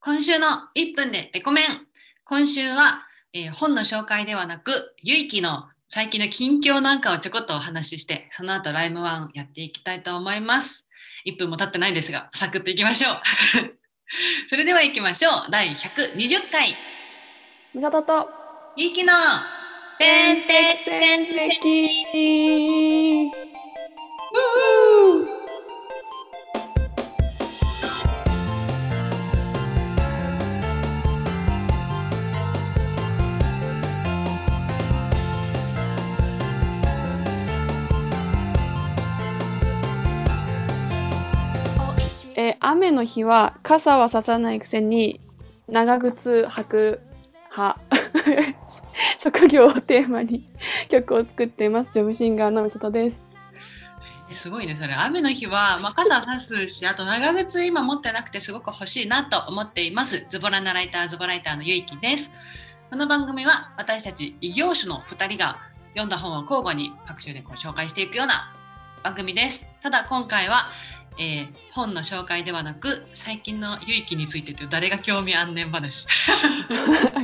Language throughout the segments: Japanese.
今週の1分でレコメン。今週は、えー本の紹介ではなく、ゆいきの最近の近況なんかをちょこっとお話しして、その後ライムワンやっていきたいと思います。1分も経ってないですが、サクッといきましょう。 それでは行きましょう。第120回、みさとと、ゆいきの、てんてつてんつめき。きえー雨の日は傘はささないくせに長靴履く派職業をテーマに 曲を作っていますジョブシンガーのみさとです すごいねそれ雨の日は、まあ、傘差すしあと長靴今持ってなくてすごく欲しいなと思っていますズボラなライターズボライターのゆいきですこの番組は私たち異業種の2人が読んだ本を交互に各種でこう紹介していくような番組ですただ今回は、えー本の紹介ではなく最近のゆいきについてという誰が興味あんねん話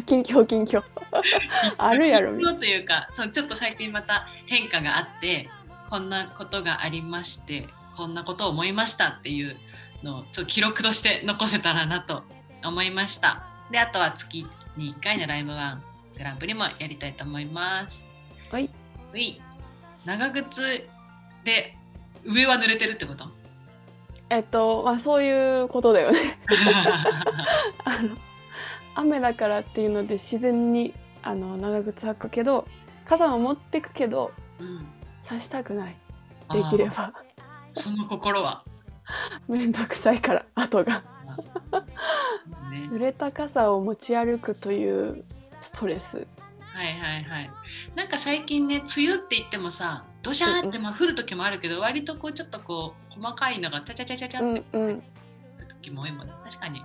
近況近況 あるやろみたいなというかそうちょっと最近また変化があってこんなことがありましてこんなことを思いましたっていうのをちょっと記録として残せたらなと思いましたであとは月に1回のライブワングランプリもやりたいと思いますはいうい長靴で上は濡れてるって ことえっとまあそういうことだよね あの雨だからっていうので自然にあの長靴履くけど傘も持ってくけどうん差したくないできれあばーその心は、めんどくさいから後が ね濡れた傘を持ち歩くというストレスはいはいはい。なんか最近ね、梅雨って言ってもさ、ドシャーってまあ降る時もあるけど、割とこうちょっとこう細かいのがちゃちゃちゃちゃちゃうってんう降んる時も多いもんね。確かに。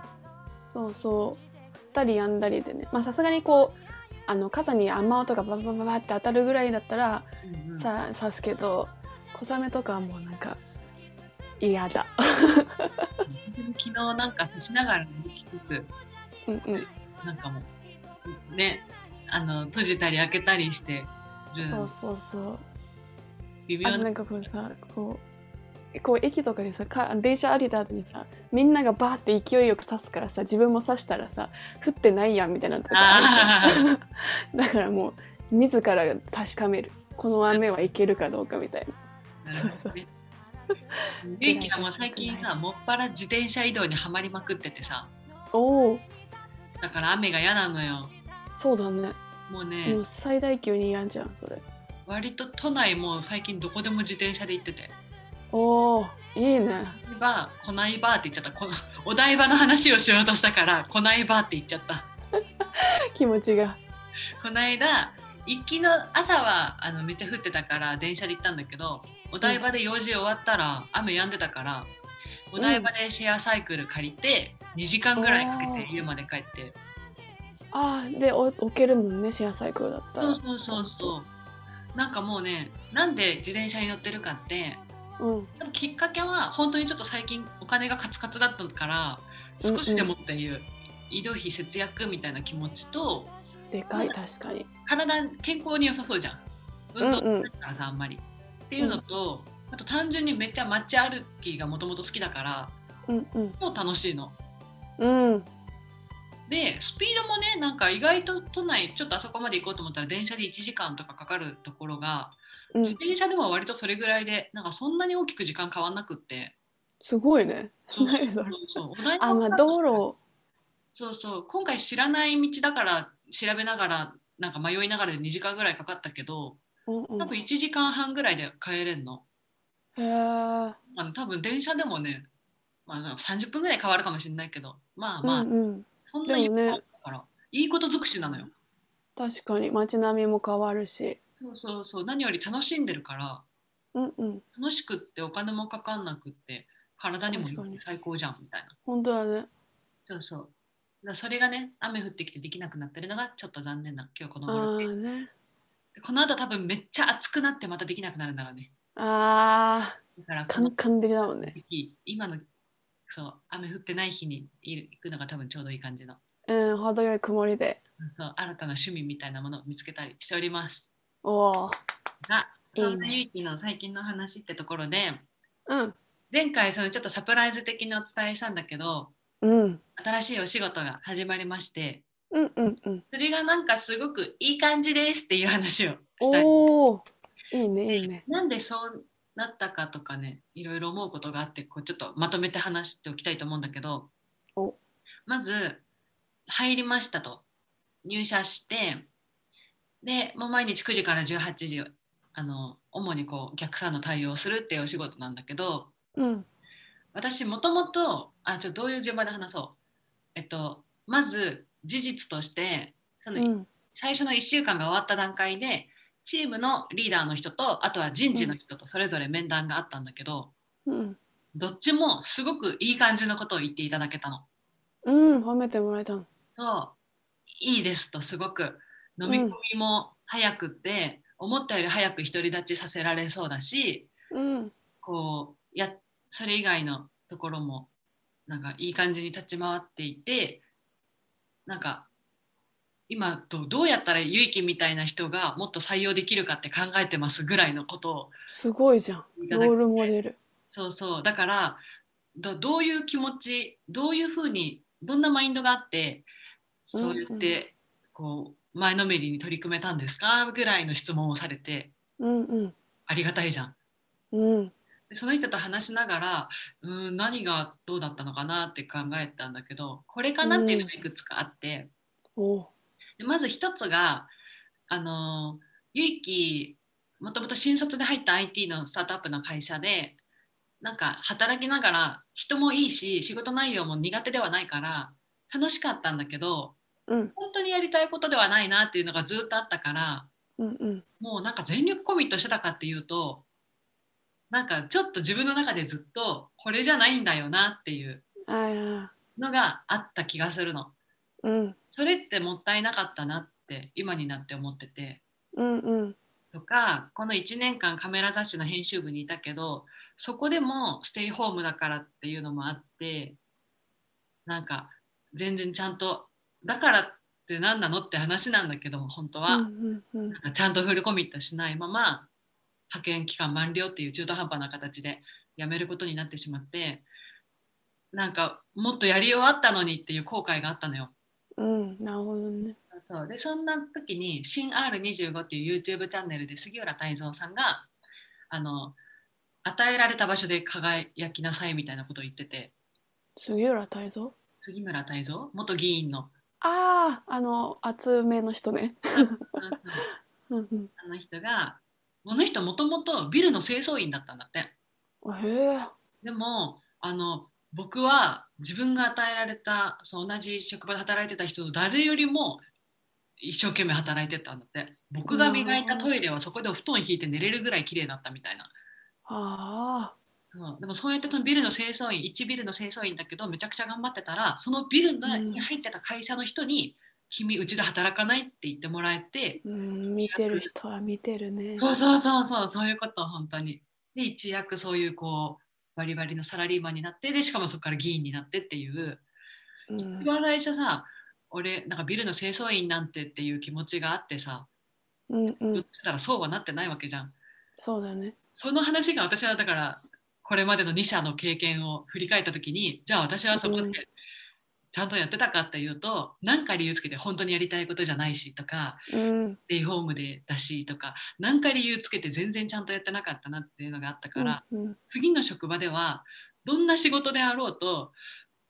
そうそう降ったりやんだりでねまあさすがにこうあの傘に雨音がバババババって当たるぐらいだったらうんうんさ刺すけど小雨とかはもうなんか嫌だ 昨日なんかさしながら歩きつつ、うんうんなんかもうね、あの閉じたり開けたりしてるそうそうそう微妙あとななんかこうさこうこう駅とかでさか電車歩いた後にさみんながバーって勢いよく刺すからさ自分も刺したらさ降ってないやんみたいなとこあるじゃん だからもう自ら確かめるこの雨はいけるかどうかみたいななるほどね。そう 元気はもう最近さ、もっぱら自転車移動にはまりまくっててさ、おおだから雨が嫌なのよ。そうだねもうね、もう最大級に嫌じゃんそれ割と都内も最近どこでも自転車で行ってておおいいねこバーこないバーって言っちゃったこのお台場の話をしようとしたからこないバーって言っちゃった 気持ちがこないだ行きの朝はあのめっちゃ降ってたから電車で行ったんだけどお台場で用事終わったら雨止んでたからお台場でシェアサイクル借りて2時間ぐらいかけて家まで帰ってああでお置けるもんねシェアサイクルだったらそうそうそうそうなんかもうねなんで自転車に乗ってるかってうんでもきっかけは本当にちょっと最近お金がカツカツだったから少しでもっていう移動費節約みたいな気持ちとでかい確かに体健康に良さそうじゃんうん運動うんからさあんまりっていうのとあと単純にめっちゃ街歩きがもともと好きだからうんうんもう楽しいの。うんでスピードもねなんか意外と都内ちょっとあそこまで行こうと思ったら電車で1時間とかかかるところがうん自転車でも割とそれぐらいでなんかそんなに大きく時間変わんなくって。すごいねそうそう何それそうお台場あまあから道路そうそう今回知らない道だから調べながらなんか迷いながらで2時間ぐらいかかったけどうんうん多分1時間半ぐらいで帰れんのへえあの多分電車でもね、まあ、なんか30分ぐらい変わるかもしれないけどまあうまあ、んうんそんなでにも変ねわるから、いいこと尽くしなのよ確かに街並みも変わるしそうそうそう何より楽しんでるからうんうん楽しくってお金もかかんなくって体にも確かに最高じゃんみたいな本当だねそうそうだからそれがね雨降ってきてできなくなってるのがちょっと残念な今日このあ頃あねこの後多分めっちゃ暑くなってまたできなくなるんだろうねああだからこカンのカン照りだもんね時期今のそう雨降ってない日にいる行くのが多分ちょうどいい感じのうん、程よい曇りで。そう新たな趣味みたいなものを見つけたりしておりますおお。がいいそねんなゆいきの最近の話ってところでうん。前回そのちょっとサプライズ的にお伝えしたんだけどうん。新しいお仕事が始まりましてうんうんうん。それがなんかすごくいい感じですっていう話をしたいおお。いいね、いいね。なんでそうなったかとかねいろいろ思うことがあってこうちょっとまとめて話しておきたいと思うんだけどおまず入りましたと入社してでもう毎日9時から18時あの主にこうお客さんの対応をするっていうお仕事なんだけどうん。私もともとあちょっとどういう順番で話そうえっとまず事実としてそうのん。最初の1週間が終わった段階でチームのリーダーの人とあとは人事の人とそれぞれ面談があったんだけど、うん。どっちもすごくいい感じのことを言っていただけたの。うん、褒めてもらえたの。そういいですとすごく飲み込みも早くって、思ったより早く独り立ちさせられそうだしうん。こうやそれ以外のところもなんかいい感じに立ち回っていてなんか今どどうやったら結城みたいな人がもっと採用できるかって考えてますぐらいのことをすごいじゃん。いたロだきールモデル。そうそうだからどどういう気持ちどういうふうにどんなマインドがあってそうやうっんてこう前のめりに取り組めたんですかぐらいの質問をされてうんうん。ありがたいじゃん。うん。でその人と話しながらうーん何がどうだったのかなって考えたんだけどこれかなっていうのがいくつかあって、おお。でまず一つがあのーゆいきもともと新卒で入った IT のスタートアップの会社でなんか働きながら人もいいし仕事内容も苦手ではないから楽しかったんだけどうん。本当にやりたいことではないなっていうのがずっとあったからうんうん。もうなんか全力コミットしてたかっていうとなんかちょっと自分の中でずっとこれじゃないんだよなっていうああ。のがあった気がするのうん。それってもったいなかったなって今になって思っててうんうん。とかこの1年間カメラ雑誌の編集部にいたけどそこでもステイホームだからっていうのもあってなんか全然ちゃんとだからって何なのって話なんだけども本当は、うんうんうん。なんかちゃんとフルコミットしないまま派遣期間満了っていう中途半端な形で辞めることになってしまってなんかもっとやり終わったのにっていう後悔があったのよ。うん。なるほどね。そうでそんな時に「新 R25」っていう YouTube チャンネルで杉浦太蔵さんがあの与えられた場所で輝きなさいみたいなことを言ってて杉浦太蔵。杉村太蔵元議員 のああ、あの、厚めの人ね。うんうん。あの人がこの人もともとビルの清掃員だったんだってあへえ。でもあの僕は自分が与えられたそう同じ職場で働いてた人の誰よりも一生懸命働いてたんだって僕が磨いたトイレはそこでお布団引いて寝れるぐらい綺麗だったみたいなああ。そうでもそうやってそのビルの清掃員1ビルの清掃員だけどめちゃくちゃ頑張ってたらそのビルのうんに入ってた会社の人に「君うちで働かない?」って言ってもらえて、うん、見てる人は見てるね。そうそうそうそうそういうこと本当にで一躍そういうこうバリバリのサラリーマンになってでしかもそこから議員になってっていううん一番最初さ俺なんかビルの清掃員なんてっていう気持ちがあってさうんう言っん、てたらそうはなってないわけじゃんそうだね。その話が私はだからこれまでの2社の経験を振り返った時にじゃあ私はそこうでんちゃんとやってたかっていうと何か理由つけて本当にやりたいことじゃないしとかうん、デイホームでだしとか何か理由つけて全然ちゃんとやってなかったなっていうのがあったから、うん、次の職場ではどんな仕事であろうと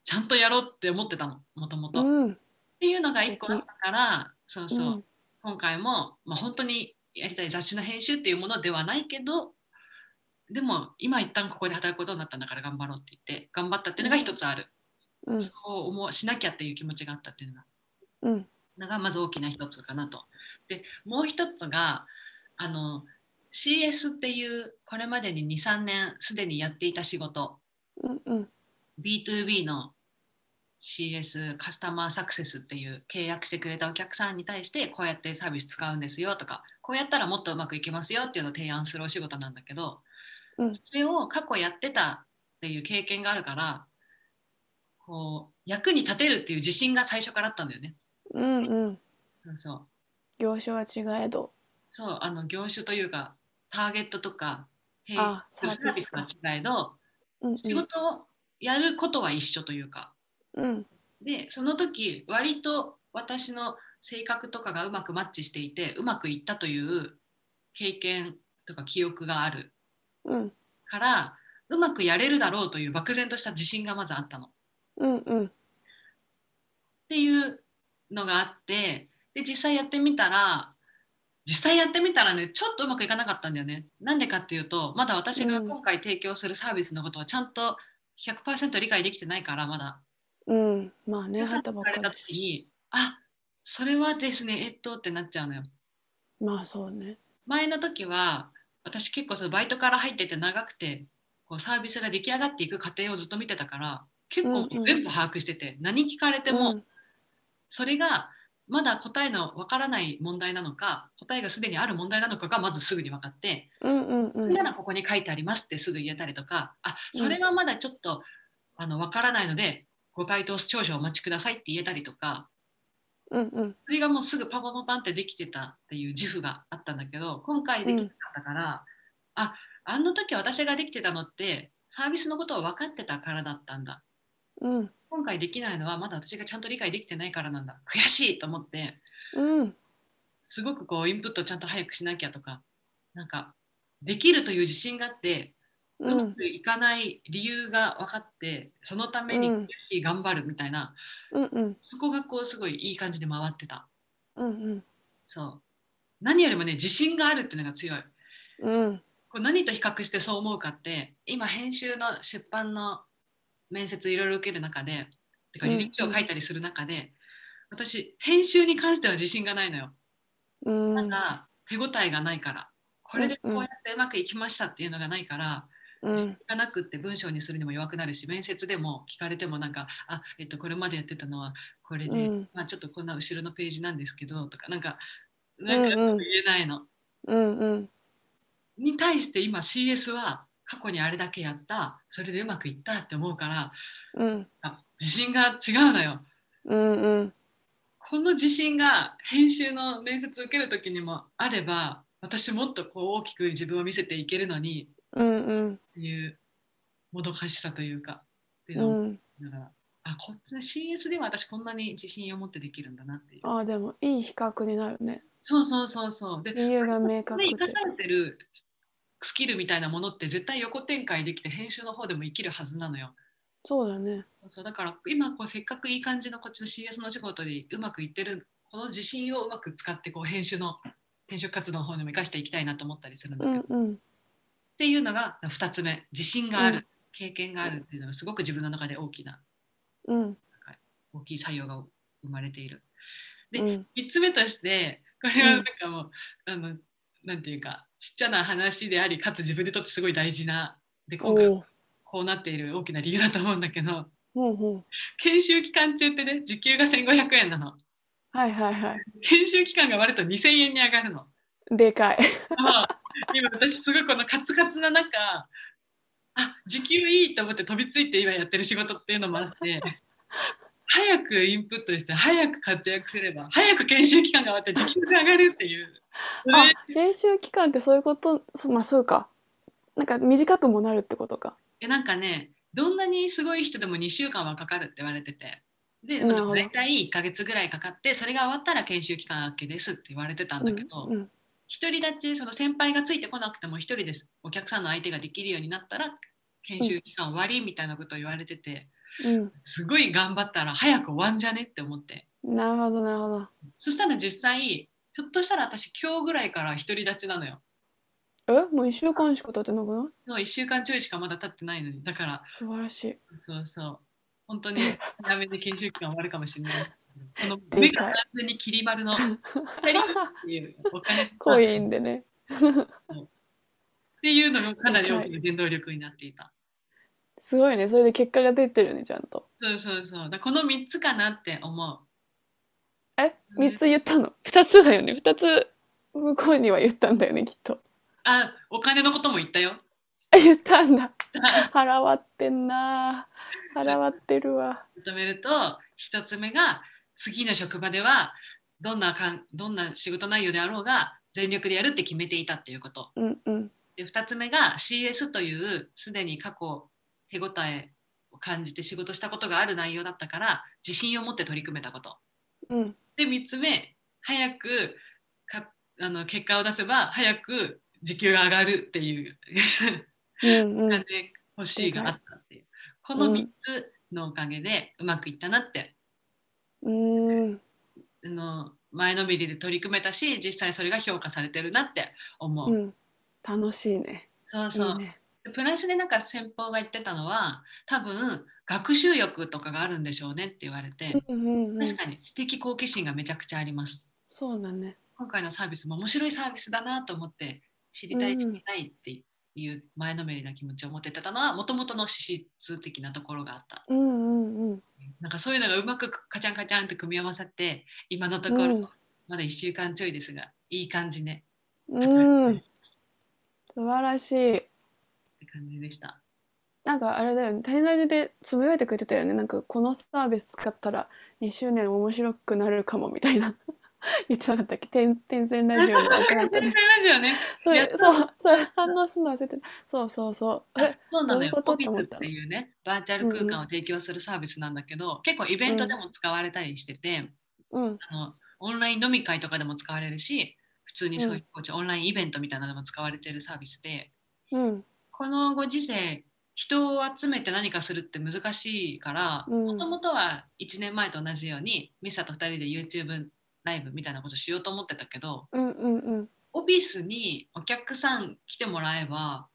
ちゃんとやろうって思ってたのもともうと。っん、うん、ていうのが1素個敵あったからそうそう、うん今回も、まあ、本当にやりたい雑誌の編集っていうものではないけどでも今一旦ここで働くことになったんだから頑張ろうって言って頑張ったっていうのが一つある、うん、そう思うしなきゃっていう気持ちがあったっていうのがうん、のがまず大きな一つかなと。でもう一つがあの CS っていうこれまでに23年すでにやっていた仕事うん、うん、 B2B の CS カスタマーサクセスっていう契約してくれたお客さんに対してこうやってサービス使うんですよとかこうやったらもっとうまくいきますよっていうのを提案するお仕事なんだけど、うんそれを過去やってたっていう経験があるからこう役に立てるっていう自信が最初からあったんだよね。うんうんそうそう業種は違えどそうあの業種というかターゲットとか変あサービスが違えどうんうん仕事をやることは一緒というかうんでその時割と私の性格とかがうまくマッチしていてうまくいったという経験とか記憶があるうんからうまくやれるだろうという漠然とした自信がまずあったの。うんうんっていうのがあってで実際やってみたら実際やってみたらねちょっとうまくいかなかったんだよねなんでかっていうとまだ私がうん今回提供するサービスのことをちゃんと100%理解できてないからまだうんまあね入った言ばっわれかたり時にあそれはですねえっとってなっちゃうのよまあそうね前の時は私結構そのバイトから入ってて長くてこうサービスが出来上がっていく過程をずっと見てたから結構うんうん全部把握してて、何聞かれても、うんそれがまだ答えのわからない問題なのか答えがすでにある問題なのかがまずすぐに分かって、うんうんうんならここに書いてありますってすぐ言えたりとかあうんそれはまだちょっと、あのわからないのでご回答聴取をお待ちくださいって言えたりとかうんうんそれがもうすぐパパパパンってできてたっていう自負があったんだけど今回できなかったから、ああの時私ができてたのってサービスのことを分かってたからだったんだうん今回できないのはまだ私がちゃんと理解できてないからなんだ悔しいと思って。うんすごくこうインプットちゃんと早くしなきゃとかなんかできるという自信があってううんうまんくいかない理由が分かってそのためにうんよし頑張るみたいな、うんそこがこうすごいいい感じで回ってたうんそう何よりもね自信があるっていうのが強いうんこれ何と比較してそう思うかって今編集の出版の面接いろいろ受ける中でてかうん履歴書を書いたりする中で、私編集に関しては自信がないのようんなんか手応えがないからこれでこうやってうまくいきましたっていうのがないから、うんがなくって文章にするにも弱くなるし面接でも聞かれてもなんか「あ、えっと、これまでやってたのはこれで、うんまあ、ちょっとこんな後ろのページなんですけど」とかなんかなんかうんうん言えないの。うんうんに対して今 CS は過去にあれだけやったそれでうまくいったって思うからうんあ自信が違うのよ。うんうんこの自信が編集の面接受ける時にもあれば私もっとこう大きく自分を見せていけるのにうんっていうもどかしさというかっていううのを思んいながら、あこっちの CS では私こんなに自信を持ってできるんだなっていうああでもいい比較になるねそうそうそうそうで理由が明こ確れで生かされてるスキルみたいなものって絶対横展開できて編集の方でも生きるはずなのよそうだねそうだから今こうせっかくいい感じのこっちの CS の仕事にうまくいってるこの自信をうまく使ってこう編集の転職活動の方にも生かしていきたいなと思ったりするんだうけど、っんうんていうのが2つ目自信がある、うん経験があるっていうのがすごく自分の中で大きなうん大きい作用が生まれている。でうん3つ目としてこれはなんかもう、あのなんていうかちっちゃな話でありかつ自分にとってすごい大事なで今お回おこうなっている大きな理由だと思うんだけどほうほう研修期間中ってね時給が1500円なのはいはいはい研修期間が終わると2000円に上がるの。でかいまあ今私すごいこのカツカツな中あ時給いいと思って飛びついて今やってる仕事っていうのもあって早くインプットして早く活躍すれば早く研修期間が終わって時給が上がるっていうそれあ練習期間ってそういうことそまあそうかなんか短くもなるってことかえなんかねどんなにすごい人でも2週間はかかるって言われててでなるほど大体1ヶ月ぐらいかかってそれが終わったら研修期間明けですって言われてたんだけど。うんうん独り立ちその先輩がついてこなくても一人ですお客さんの相手ができるようになったら研修期間終わりみたいなことを言われててうんすごい頑張ったら早く終わんじゃねって思ってなるほどなるほどそしたら実際ひょっとしたら私今日ぐらいから独り立ちなのよえもう1週間しか経ってなくないもう1週間ちょいしかまだ経ってないのにだから素晴らし いそうそう本当に早めに研修期間終わるかもしれないそので目かがい完全にきり丸の光っていうお金と濃っいんでねていうのがかなり大きな原動力になっていたすごいねそれで結果が出てるねちゃんとそうそうそう。だこの3つかなって思え3つ言ったの2つだよね2つ向こうには言ったんだよねきっとう。あ、お金のことも言ったよ。 あ言ったんだ払わってんな払わってるわ。まとめると一つ目が次の職場ではどんなかんどんな仕事内容であろうが全力でやるって決めていたっていうことうんうんで2つ目が CS というすでに過去手応えを感じて仕事したことがある内容だったから自信を持って取り組めたことうんで3つ目早くかあの結果を出せば早く時給が上がるっていううんうおん。金欲しいがあったっていうこのうん3つのおかげでうまくいったなって、うんあの前のめりで取り組めたし実際それが評価されてるなって思う、うん楽しいね。そういそういね。でプラスでなんか先方が言ってたのは多分学習欲とかがあるんでしょうねって言われて、うんうんうん確。かに知的好奇心がめちゃくちゃありますそうだね。今回のサービスも面白いサービスだなと思って知りたいうん知うんりたいっていう前のめりな気持ちを持ってたのはもともとの資質的なところがあったうんうんうん。なんかそういうのがうまくカチャンカチャンって組み合わさって今のところ、うんまだ1週間ちょいですがいい感じねうん。素晴らしい。って感じでしたなんかあれだよね、タイラジでつぶやいてくれてたよね。なんかこのサービス使ったら2周年面白くなるかもみたいな 言ってなかったっけ？天天線ラジオの全然 ラジオねそうやっとそうそう反応するの忘れてた。そうそうそう。あえ、そうなのよ。どういうことコビとッ思ツっったていうね、バーチャル空間を提供するサービスなんだけど、結構イベントでも使われたりしてて、うんあのオンライン飲み会とかでも使われるし、普通にそういう、オンラインイベントみたいなのでも使われてるサービスで、うんこのご時世、人を集めて何かするって難しいから、うんもともとは1年前と同じように、ミサと2人で YouTube ライブみたいなことしようと思ってたけど、うんうんうん。オフィスにお客さん来てもらえば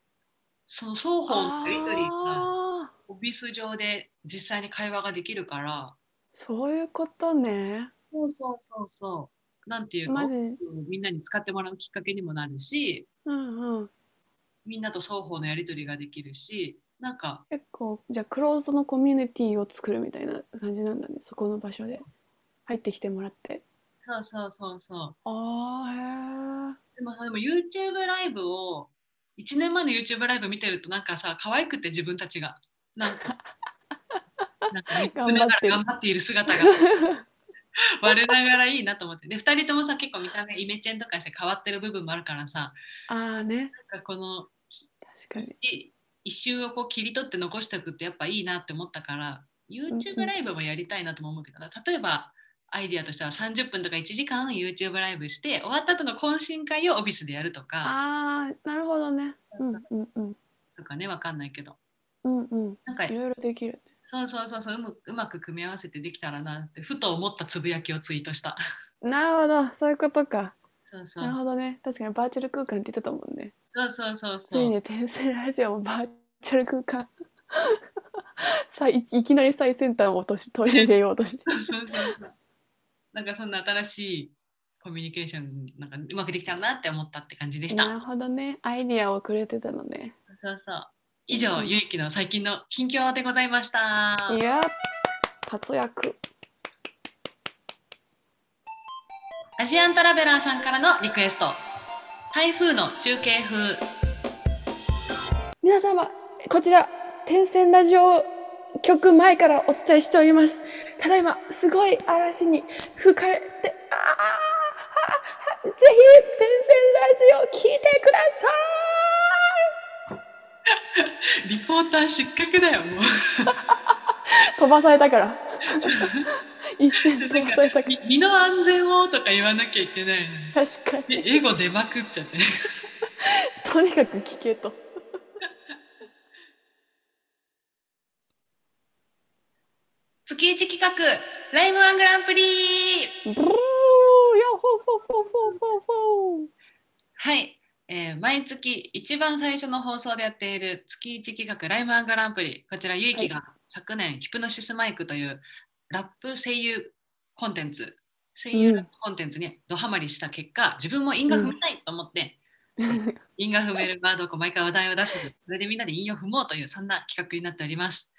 その双方のやり取りがあーオフィス上で実際に会話ができるからそういうことね。そうそうそうそうなんていうかマジ。うんみんなに使ってもらうきっかけにもなるしうん。みんなと双方のやり取りができるしなんか結構じゃあクローズのコミュニティを作るみたいな感じなんだね。そこの場所で入ってきてもらって。そうそうそうそうああへえ。でもでも YouTube ライブを1年前の YouTube ライブ見てるとなんかさ可愛くて自分たちがなんかなんか見ながら頑張っている姿 が我ながらいいなと思ってで2人ともさ結構見た目イメチェンとかして変わってる部分もあるからさああねなんかこの確かにい一瞬をこう切り取って残しておくってやっぱいいなって思ったからうんう YouTube んライブもやりたいなとも思うけどな例えばアイディアとしては30分とか1時間 YouTube ライブして終わった後の懇親会をオフィスでやるとか。ああなるほどねうんうんうんとかねわかんないけどうんうんなんかいろいろできるそうそうそうそううむうまく組み合わせてできたらなってふと思ったつぶやきをツイートした なるほどそういうことかそうそなうるほどね確かにバーチャル空間って言ってたもんねそうそうそうついそうに転生ラジオもバーチャル空間 さいいきなり最先端を落とし取り入れようとして そうそうそうなんかそんな新しいコミュニケーションなんかうまくできたらなって思ったって感じでした、なるほどねアイディアをくれてたのねそうそう以上ゆいきの最近の近況でございましたいや活躍アジアントラベラーさんからのリクエスト台風の中継風皆様こちら天線ラジオ局前からお伝えしておりますただいますごい嵐に吹かれてあーあーあーぜひ天線ラジオ聞いてくださリポーター失格だよもうい飛ばされたから一瞬飛ばされたかみ身の安全をとか言わなきゃいけないのにら確かにえエゴ出まくっちゃってとにかく聞けと月一企画ライムワングランプリブルーヤッホーフォーフォーフォーフォーフォーはい、えー毎月一番最初の放送でやっている月一企画ライムワングランプリこちらゆいきが昨年ヒプノシスマイクというラップ声優コンテンツ声優ラップコンテンツにドハマりした結果、自分も韻が踏みたいと思って、 韻が踏めるワードをこう毎回お題を出してそれでみんなで韻を踏もうというそんな企画になっております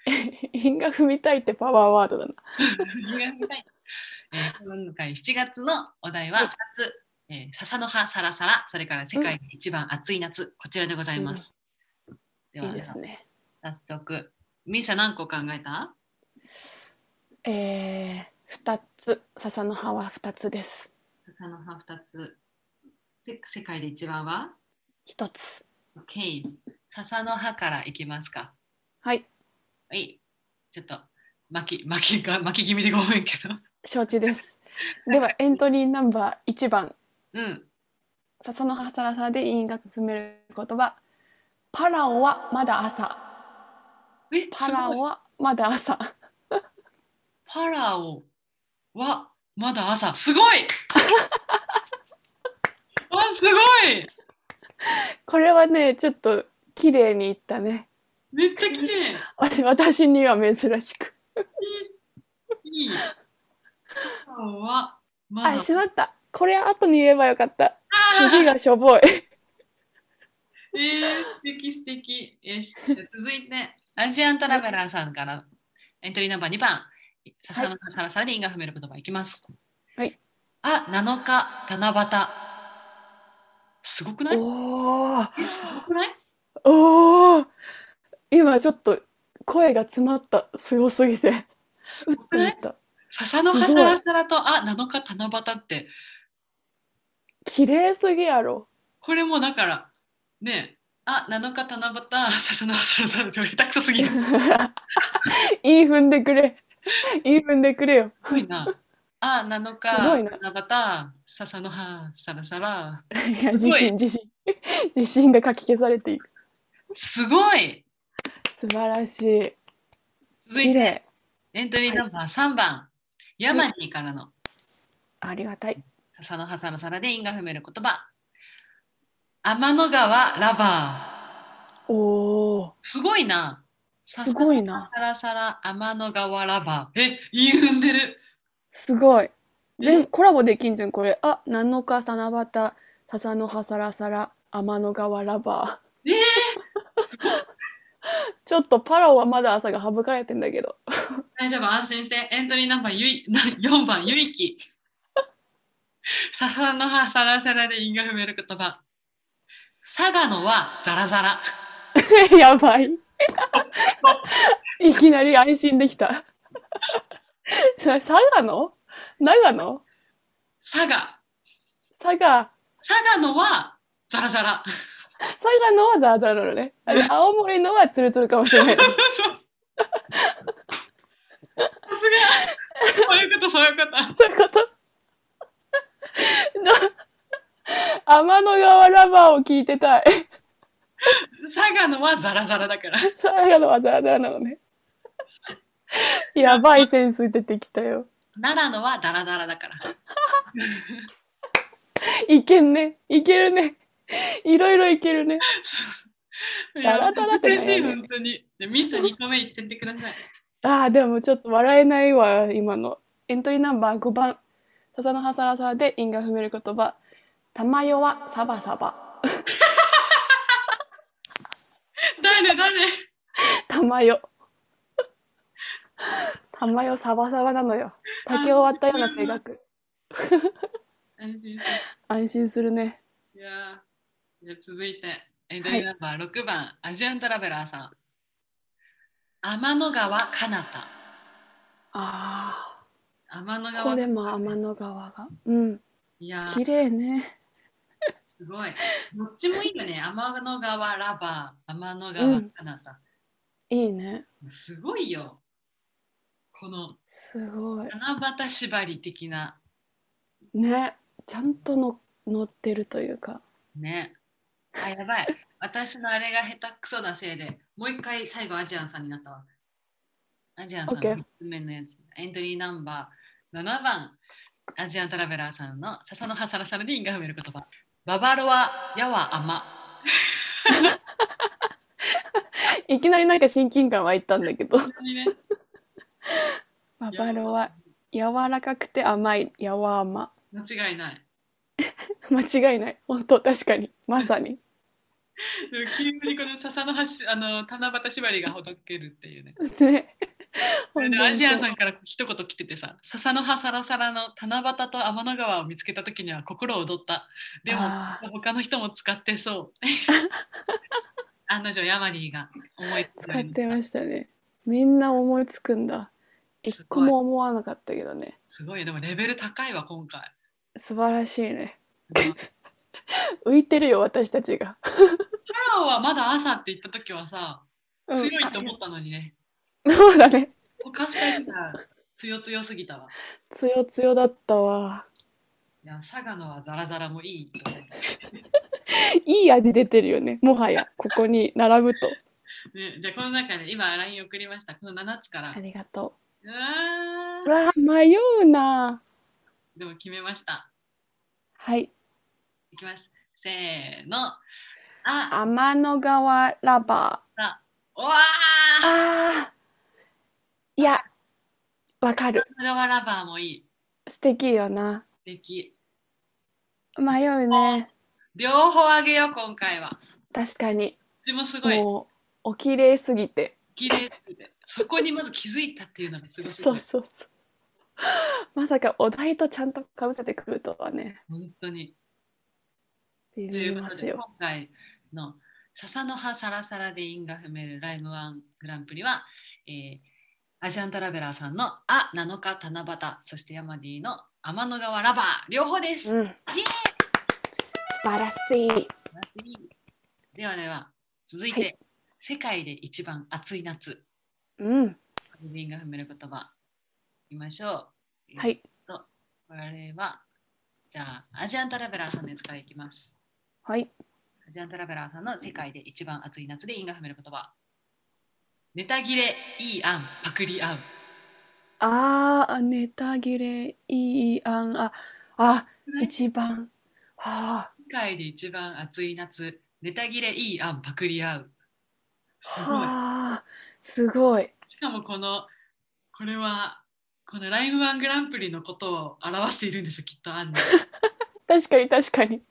韻が踏みたいってパワーワードだな えー今回7月のお題は2つ、えー笹の葉サラサラ、それから世界で一番暑い夏、こちらでございます。でいはいですね早速ミサ何個考えたえー、2つ笹の葉は2つです笹の葉2つ。せ世界で一番は1つ ?OK。笹の葉からいきますか。はいはい。ちょっと巻き巻きが巻き気味でごめんけど。承知 ですではエントリーナンバー1番うん。笹の葉サラサラで因果踏める言葉パラオはまだ朝えパラすオごいはまだ朝 パラオはまだ朝。すごい あすごいこれはねちょっと綺麗にいったねめっちゃ綺麗あれ私には珍しくいい。パラオはまだあしまったこれ後に言えばよかったあー次がしょぼいえー、素敵素敵。よし、じゃあ続いて、アジアントラベラーさんからエントリーナンバー2番、笹の葉サラサラで因果踏める言葉いきます。はい。あ、7日、七夕。すごくない おーえすごくない おお今ちょっと声が詰まったすごすぎてす打っごくてな打っいた笹の葉サラサラと、あ、7日、七夕って、綺麗すぎやろ これもだから、ねえ、あ、7日、七夕、笹の葉サラサラって下手くそすぎる。すいい踏んでくれいい踏んでくれよごいな。あ、7日、すごいな七夕、笹の葉サラサラ。いやす自ごい信自信自信がかき消されていくすごい素晴らしい続いて綺麗エントリーナンバー3番、ヤマニーからのありがたい笹の葉さの皿で因果踏める言葉天の川ラバーおおすごいなすごいなサラサラ天の川ラバーえ言い踏んでるすごい全コラボできんじゃんこれあ7日七夕笹の葉サラサラ天の川ラバーえ ちょっとパラオはまだ朝が省かれてんだけど大丈夫安心してエントリーナンバーゆい な4番ゆいき笹の葉サラサラで因果踏める言葉佐賀のはザラザラ やばい。いきなり安心できた。それ佐賀の長野佐賀佐賀。佐賀のはザラザラ佐賀のはザーザーなのね。あれ青森のはツルツルかもしれない。そうそう。さすが。そういうこと、そういうこと。そういうこと。な天の川ラバーを聞いてたい。佐賀のはザラザラだから。佐賀のはザーザーなのね。やばいセンス出てきたよ。奈良のはダラダラだから。いけんね。いけるね。いろいろいけるね。ダラダラって難なんしやねい、ん本当に。でミス2個目いっちゃってください。ああでもちょっと笑えないわ今のエントリーナンバー5番「笹の葉サラサラ」で因果踏める言葉「玉よはサバサバ誰、誰。」 「玉よ」「 玉よサバサバ」なのよ竹を割ったような性格安心し安心するねていやー。じゃあ、続いて。エントリーナンバー6番、アジアントラベラーさん。天の川かなた。あ天のあここ川。でも天の川がうんいやー。綺麗ねすごい。どっちもいいよね。天の川ラバー、天のう川んかなた。いいねすごいよ。このすごい七夕縛り的なねちゃんとの乗ってるというかね。あ、やばい。私のあれが下手くそなせいで、もう一回最後アジアンさんになったわ。アジアンさんの OK 3つ目のやつ。エントリーナンバー7番。アジアントラベラーさんの笹の葉サラサラで因果がめる言葉。ババロア、ヤワ、アマ。いきなりなんか親近感湧いたんだけど本当にねババロは柔らかくて甘いやわあま間違いない。間違いない本当確かにまさにでも急にこの笹の橋あの七夕縛りがほどけるっていうね。ねでアジアンさんんから一言来ててさ、笹の葉サラサラの七夕と天の川を見つけた時には心躍った。でもあ他の人も使って そう。案の定ヤマニーが思いつ使ってましたねみんな思いつくんだ一す個ごいも思わなかったけどねすごいよでもレベル高いわ今回素晴らしいねすごい浮いてるよ私たちが、パラオはまだ朝って言った時はさうん強いって思ったのにね、あそうだね他2人が強強すぎたわ強強だったわいや佐賀のはザラザラもいいと思ういい味出てるよねもはやここに並ぶとね、じゃあこの中で今 LINE 送りましたこの7つから、ありがとうわううーわ迷うなでも決めましたはいいきますせーのあ天の川ラバおわーーあーいやわかるフラワーラバーもいい素敵よな素敵迷うね両方あげよう今回はう確かにちもすごいもうお綺麗すぎて綺麗すぎてそこにまず気づいたっていうのがすごいそうそうそう まさかお題とちゃんとかぶせてくるとはね本当にといビビりうこまとすで今よ回の笹の葉サラサラで因が踏めるライムワングランプリは、えーアジアントラベラーさんの「あ7日七夕」そしてヤマディの「天の川ラバー」両方です、うん素晴らしいではでは続いて、はい世界で一番暑い夏うん因が踏める言葉いきましょうはいこれはじゃあアジアントラベラーさんのやつからいきますはいアジアントラベラーさんの世界で一番暑い夏で因が踏める言葉。ネタ切れ、いい案、パクリ合う。あーネタ切れいい案ああ一番はあ世界で一番暑い夏、ネタ切れ、いい案、パクリ合う。すごい。はあすごいしかもこの、これは、このライムワングランプリのことを表しているんでしょ、きっと案に。確かに確かに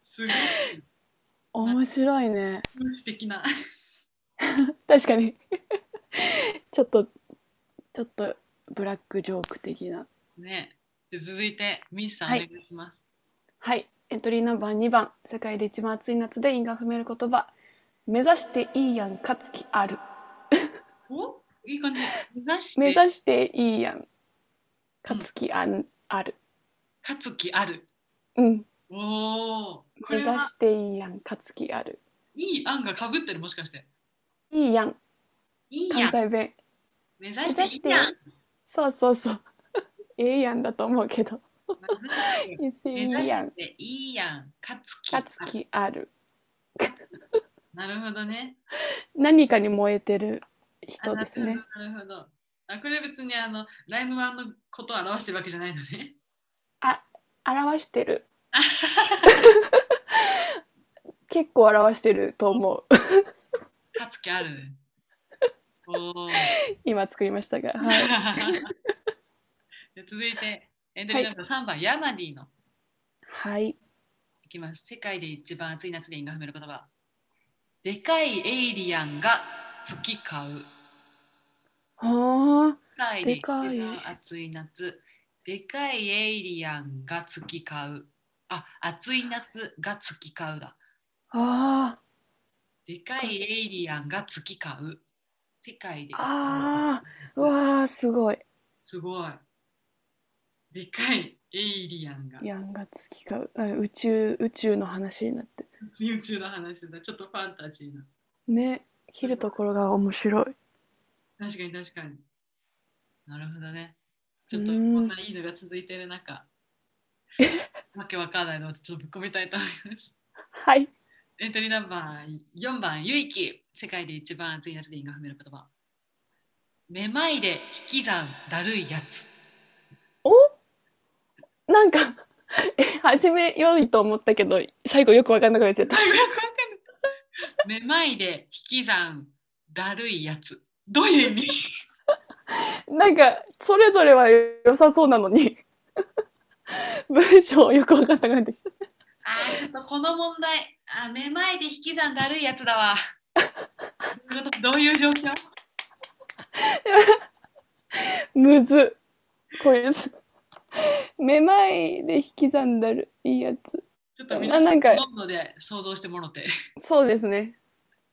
すごい。面白いね素敵な。確かに ちょっとちょっとブラックジョーク的なね。で続いて、ミスさんおは願いいします。はいエントリーナンバー2番「世界で一番暑い夏で因が踏める言葉」「目指していいやんかつきある」おいい感じ。目指し「目て、指していいやんかつきあんある勝つ気ある。」うんおお。 「こ目れ指はしていいやんかつきあるいい案がかぶってるもしかして。」 「いいやんい」いや関ん。西弁目指していいやん。そうそうそう 「ええやん」だと思うけど「いつ目い指いやしんていいやん。勝つき。かつきあるなるほどね。」何かに燃えてるあ人ですね。なるほど。なるほどあこれ別にあのライムワンのことを表してるわけじゃないのね。 表してる 結構表してると思 う勝つ気あるね。おお。今作りました が、はい、で続いてエントリーナンバー3番、ヤマディのはい。いきます。世界で一番暑い夏で因が踏める言葉。でかいエイリアンが月買う。は世界でで一かい番暑い夏でかいエイリアンが月買うあ暑い夏が月買うだあ。あでかいエイリアンが月買う世界でああ。わあ、すごい。すごいでかいエイリアンがヤンが月買う。あ宇宙、宇宙の話になって。宇宙の話だちょっとファンタジーなね。切るところが面白い。確かに確かになるほどねちょっとうこんんないいのが続いてる 中わけわかんないのをちょっとぶっ込みたいと思います はい。エントリーナンバー4番、ゆいき、世界で一番熱い夏で因が踏める言葉。めまいで引き算だるいや つ。なんか。 え初め良いと思ったけど最後よく分かんなくなっちゃっためまいで引き算だるいやつ。どういう意味なんかそれぞれは良さそうなのに 文章よく分かんなくなってきた あーちょっとこの問題、あーめまいで引き算だるいやつだわ。 どういう状況むずこれですめまいで引き算だるいいやつちょっと皆さなんん、かどんので想像してもろて。 そうですね。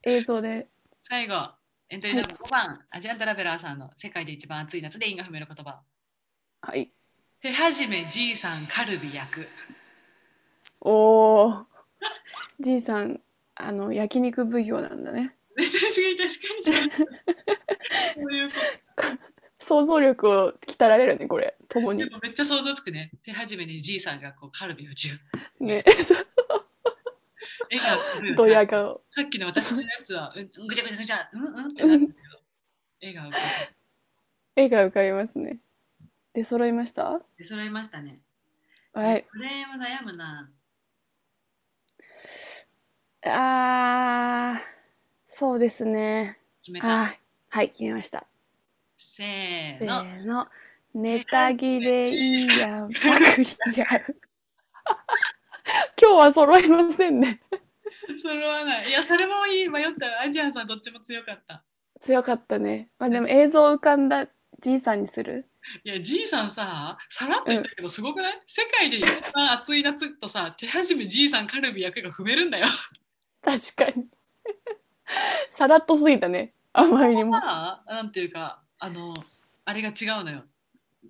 映像で。最後、エントリーナンバー5番、アジアントラベラーさんの世界で一番暑い夏で因果不明の言葉。はい。手始めじいさんカルビ焼く。 おお。じいさん、あの焼肉奉行なんだね。ね確かに確かに。そういうこ想像力を鍛えられるね、これ。共と。にで。もめっちゃ想像つくね。手始めにじいさんがこうカルビをジュッ。 ね。笑顔でドヤ顔。さっきの私のやつは、うんうん、ぐちゃぐちゃぐちゃ、うんうんってなったけど、笑顔で絵が浮かびますね。で、揃いました出揃いましたね。はい。フレーム悩むな。あー、そうですね。決めた。はい。はい、決めました。せーせの。ーの。ネタ切れいいやん。パクリやん。 今日は揃いませんね。揃わない。いや、それもいい。迷ったら、アジアンさんどっちも強かった。強かったね。まあでも映像浮かんだじいさんにするいや、じいさんさ、さらっと言ったけど、すごくない、世界で一番暑い夏とさ、手始めじいさんカルビ役が踏めるんだよ。確かに。さらっとすぎたね。あまりにも。さあ、なんていうか、あの、あれが違うのよ。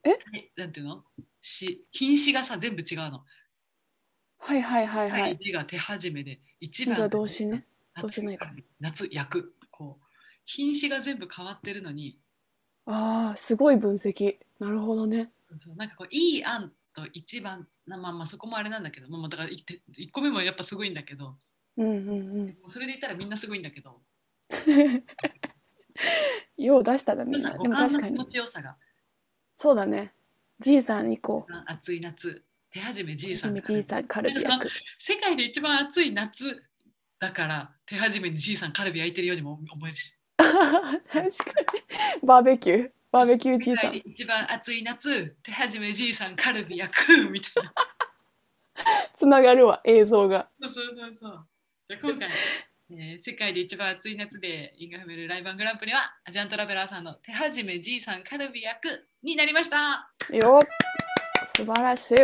えなんていうのし品詞がさ、全部違うの。はいはいはいは。はいい、が手始めで、一本番当は動詞ね。動詞夏ないか夏役。こう、品詞が全部変わってるのに、ああ、すごい分析。なるほどね。そうなんかこういい案と一番なまあまあそこもあれなんだけどもうだから1個目もやっぱすごいんだけどうんうんもうそれで言ったらみんなすごいんだけど うん。よう出しただみ皆んさな。んで五も感確のか気に持。ちよさがそうだね。じいさん行こう。暑い夏手始めじいさじんめじいさんカルビ焼く。世界で一番暑い夏だから手始めにじいさんカルビ焼いてるようにも思えるし確かに。バーベキュー。バーベキューじ世いさ界でん。一番暑い夏手始めじいさんカルビ焼くみたいなつながるわ、映像が。そうそうそうそう。じゃあ今回、えー世界で一番暑い夏で因果不明ライバングランプリはアジアントラベラーさんの手始めじいさんカルビ役になりました。よっ素晴らしい。い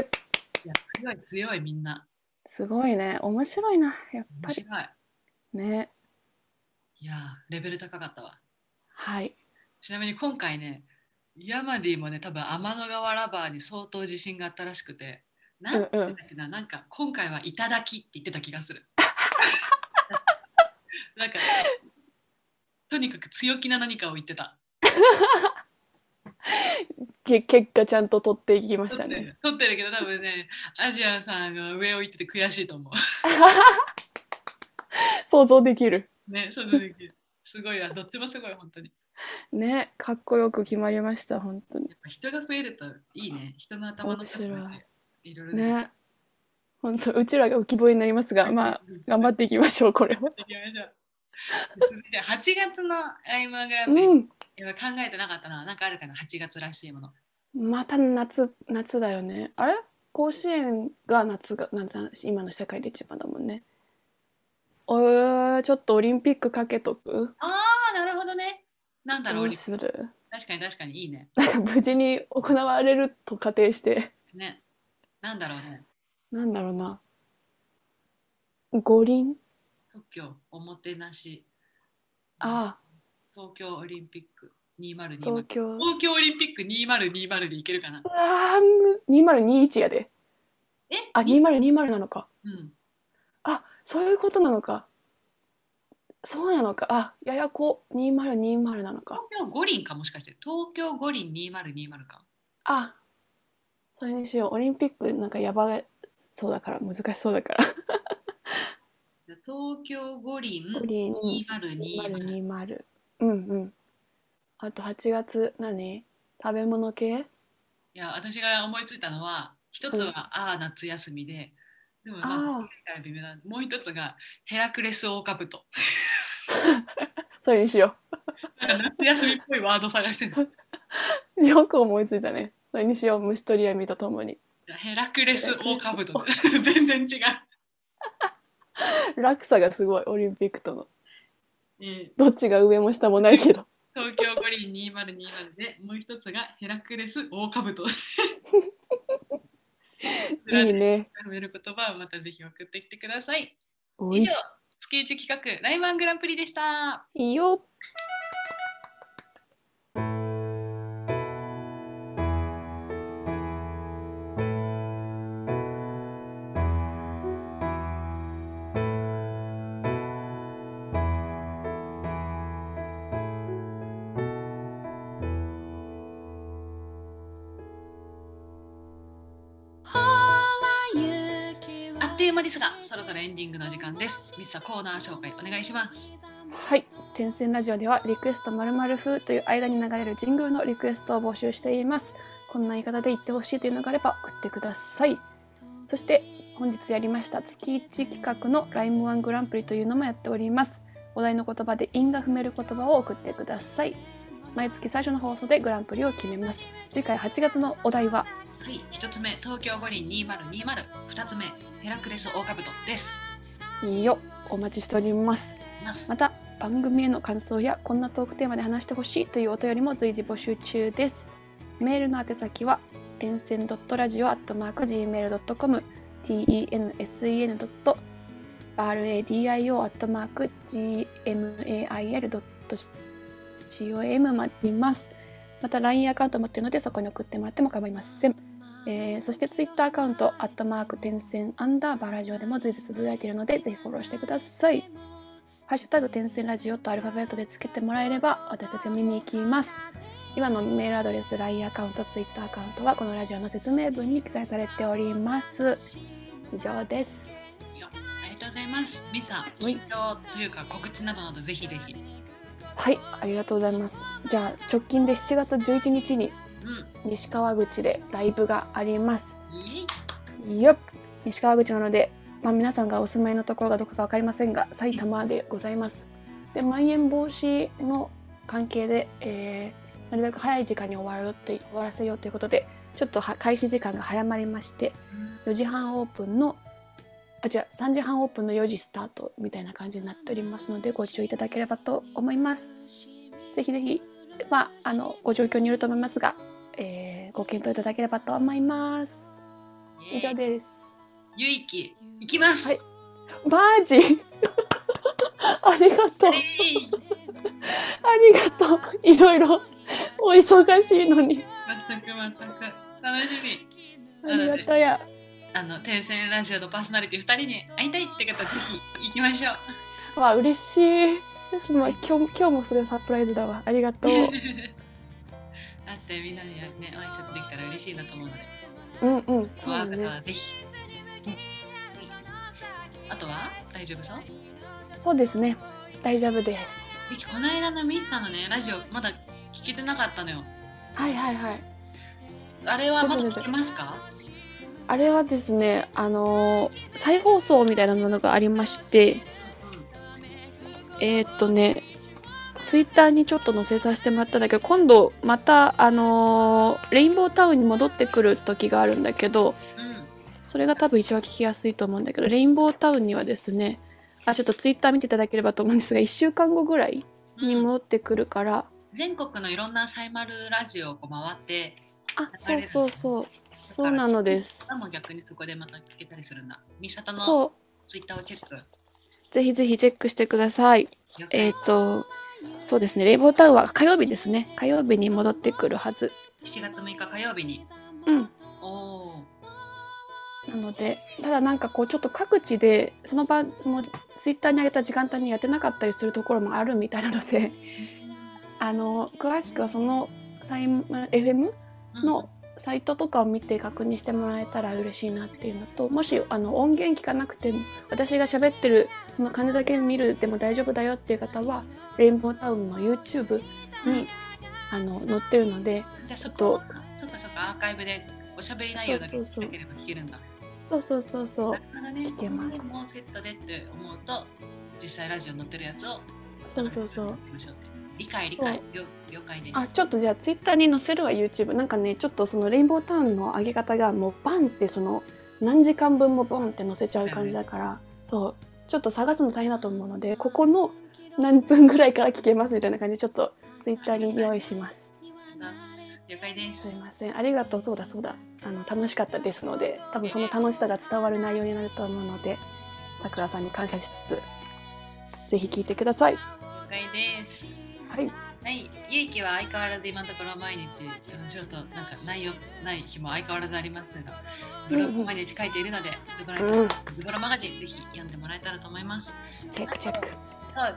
や強い強いみんな。すごいね。面白いな。やっ面ぱり。白い。ね。いやーレベル高かったわ。はい。ちなみに今回ね、ヤマディもね、多分天の川ラバーに相当自信があったらしくて、なんて言ってたっけな、なんか今回はいただきって言ってた気がする。なんか、とにかく強気な何かを言ってた。け結果ちゃんと取っていきまし撮たってね。る撮ってるけど多分ねアジアンさんが上を行ってて悔しいと思想像できる。う ねそうそうそうすごいわどっちもすごい本当にね。かっこよく決まりました。本当に。やっぱ人が増えるといいね人の頭の数が増えていろいろねね。本当うちらが浮き彫りになりますが、まあ、頑張っていきましょう、これは。行きましょう続いて8月のライマングランプリ、うん。今考えてなかったななんかあるかな8月らしいものまた夏、夏だよね。あれ甲子園が夏が、なんだ、今の世界で一番だもんね。おー、ちょっとオリンピックかけとくああなるほどねなんだろどううする確かに確かにいいねなんか 無事に行われると仮定して、ねなんだろうねなんだろうな。五輪特許おもてなしああ、東京オリンピック2020東京。うわ東京オリンピック2020でいけるかなあ、2021やで。えあ、2020なのか。うん。あ、そういうことなのか。そうなのか。あ、ややこ2020なのか東。京五輪かもしかして。東京五輪2020か。あ、それにしよう。オリンピックなんかやばそうだから、難しそうだから。じゃあ東京五輪五輪2020。 2020。うんうん。あと8月、何食べ物系いや、私が思いついたのは、一つは、うんああ、夏休みで、でも、まあ、ああ、だから微妙なもう一つが、ヘラクレスオオカブト。それにしよう。 夏休みっぽいワード探してた。よく思いついたね。それにしよう、虫取り網とともに。じゃあヘラクレスオオカブト。 全然違う。落差がすごい、オリンピックとの。えーどっちが上も下もないけど。東京五輪2020で、もう一つがヘラクレス オオカブト。いいね。食べる言葉をまたぜひ送ってきてください。お以い上、月一企画、ライマングランプリでした。いいよ。という間ですが、そろそろエンディングの時間です。ミツさん、コーナー紹介お願いします。はい「天線ラジオ」ではリクエストまる風という間に流れるジングルのリクエストを募集していますこんな言い方で言ってほしいというのがあれば送ってくださいそして本日やりました月1企画のライムワングランプリというのもやっておりますお題の言葉で韻が踏める言葉を送ってください毎月最初の放送でグランプリを決めます次回8月のお題ははい、一つ目、東京五輪2020、二つ目、ヘラクレスオオカブトです。いいよお待ちしておりますいますまた番組への感想やこんなトークテーマで話してほしいというお便りも随時募集中ですメールの宛先は点線 .radio.gmail.com ten.radio.gmail.com までますまた LINE アカウント持ってるのでそこに送ってもらっても構いません、えーそして Twitter アカウント「アットマーク点線アンダーバーラジオ」でも随時つぶやいているのでぜひフォローしてくださいハッシュタグ転生ラジオとアルファベットでつけてもらえれば私たち見に行きます。今のメールアドレス、LINE アカウント、Twitter アカウントはこのラジオの説明文に記載されております。以上です。ありがとうございます。ミツさん、い近況というか告知などなどぜひぜひ。はい、ありがとうございます。じゃあ直近で7月11日にう西川口でライブがあります。ん、イエイよっ西川口なので、まあ、皆さんがお住まいのところがどこか分かりませんが埼玉でございますでまん延防止の関係で、えーなるべく早い時間に終わるとい終わらせようということでちょっとは開始時間が早まりまして4時半オープンのあ違う3時半オープンの4時スタートみたいな感じになっておりますのでご注意いただければと思いますぜひぜひまああのご状況によると思いますが、えーご検討いただければと思いますイエイ以上ですゆいき、行きます。はいマジありがとうイエイありがとういろいろお忙しいのに全く全く楽しみ。ありがたやあの天線ラジオのパーソナリティ二人に会いたいって方ぜひ行きましょう。わ嬉しいですまあ今日今日もそれサプライズだわあり がとうだってみんなにねお挨拶できたら嬉しいなと思うので、うんうんそう怖いだ方ねはぜひ。うんあとは大丈夫そう？そうですね大丈夫ですゆきこの間のミスさんのねラジオまだ聞けてなかったのよ。はいはいはいあれはまだ出て出て聞けますか？あれはですねあのー再放送みたいなものがありましてえーっとね、ツイッターにちょっと載せさせてもらったんだけど、今度また、あのーレインボータウンに戻ってくる時があるんだけど、うん。うんそれが多分一番聞きやすいと思うんだけど、レインボータウンにはですね、あ、ちょっとツイッター見ていただければと思うんですが、1週間後ぐらいに戻ってくるから、全国のいろんなサイマルラジオをこう回ってあ、そうそうそう、そうなのです。も逆にそこでまた聞けたりするんだミサトのそう、ツイッターをチェックぜひぜひチェックしてください。了解えーっと、そうですね、レインボータウンは火曜日ですね。火曜日に戻ってくるはず。 7月6日火曜日にうん。おおなのでただなんかこうちょっと各地でその場そのツイッターに上げた時間帯にやってなかったりするところもあるみたいなのであの詳しくはそのサイン FM のサイトとかを見て確認してもらえたら嬉しいなっていうのともしあの音源聞かなくても私が喋ってるその感じだけ見るでも大丈夫だよっていう方はレインボータウンの YouTube にあの載ってるのでじゃあそことそっかそっかアーカイブでおしゃべり内容だけそうそうそう聞ければ聞けるんだそうそうそうそうだからね聞けますここもセットでって思うと実際ラジオに載ってるやつをそうそうそう聞きましょうって理解理解了了解であちょっとじゃあツイッターに載せるわ YouTube なんかねちょっとそのレインボータウンの上げ方がもうバンってその何時間分もボンって載せちゃう感じだからそうちょっと探すの大変だと思うのでここの何分ぐらいから聞けますみたいな感じでちょっとツイッターに用意します了解ですすいませんありがとうそうだそうだあの楽しかったですので多分その楽しさが伝わる内容になると思うのでさくらさんに感謝しつつぜひ聞いてください了解ですはいはい、ゆいきは相変わらず今のところ毎日うんちょっとなんか内容ない日も相変わらずありますがブログを毎日書いているので、ズボラうんズボラマガジンぜひ読んでもらえたらと思います。チェックチェックそう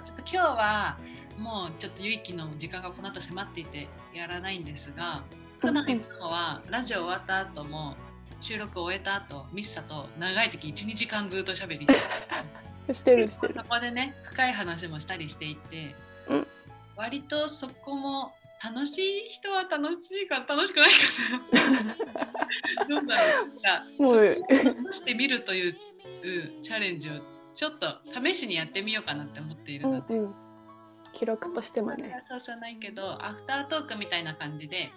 ちょっと今日はもうちょっとゆいきの時間がこの後迫っていてやらないんですが普段いつもはラジオ終わった後も収録を終えた後ミッサと長い時12時間ずっと喋りしてしてるしてるそこでね深い話もしたりしていて、うん割とそこも楽しい人は楽しいか楽しくないかなどうだろうもうなんか試してみるといううんチャレンジをちょっと試しにやってみようかなって思っているうのんで。うん記録としてもねそうじゃないけどアフタートークみたいな感じで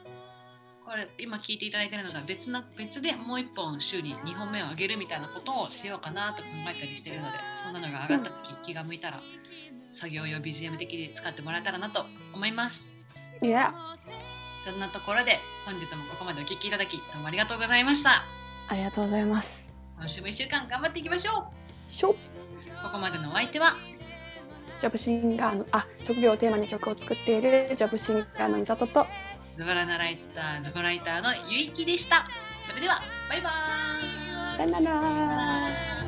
これ今聞いていただいてるのが別な別でもう1本週に2本目を上げるみたいなことをしようかなと考えたりしてるのでそんなのが上がった時、気が向いたら作業用 BGM 的に使ってもらえたらなと思いますいやそんなところで本日もここまでお聞きいただきどうもありがとうございましたありがとうございます今週も1週間頑張っていきましょショッうここまでのお相手はジャブシンガーのあ職業をテーマに曲を作っているジャブシンガーの美里とズボラなライターズボライターのゆいきでしたそれではバイバーイさよならバイバーイ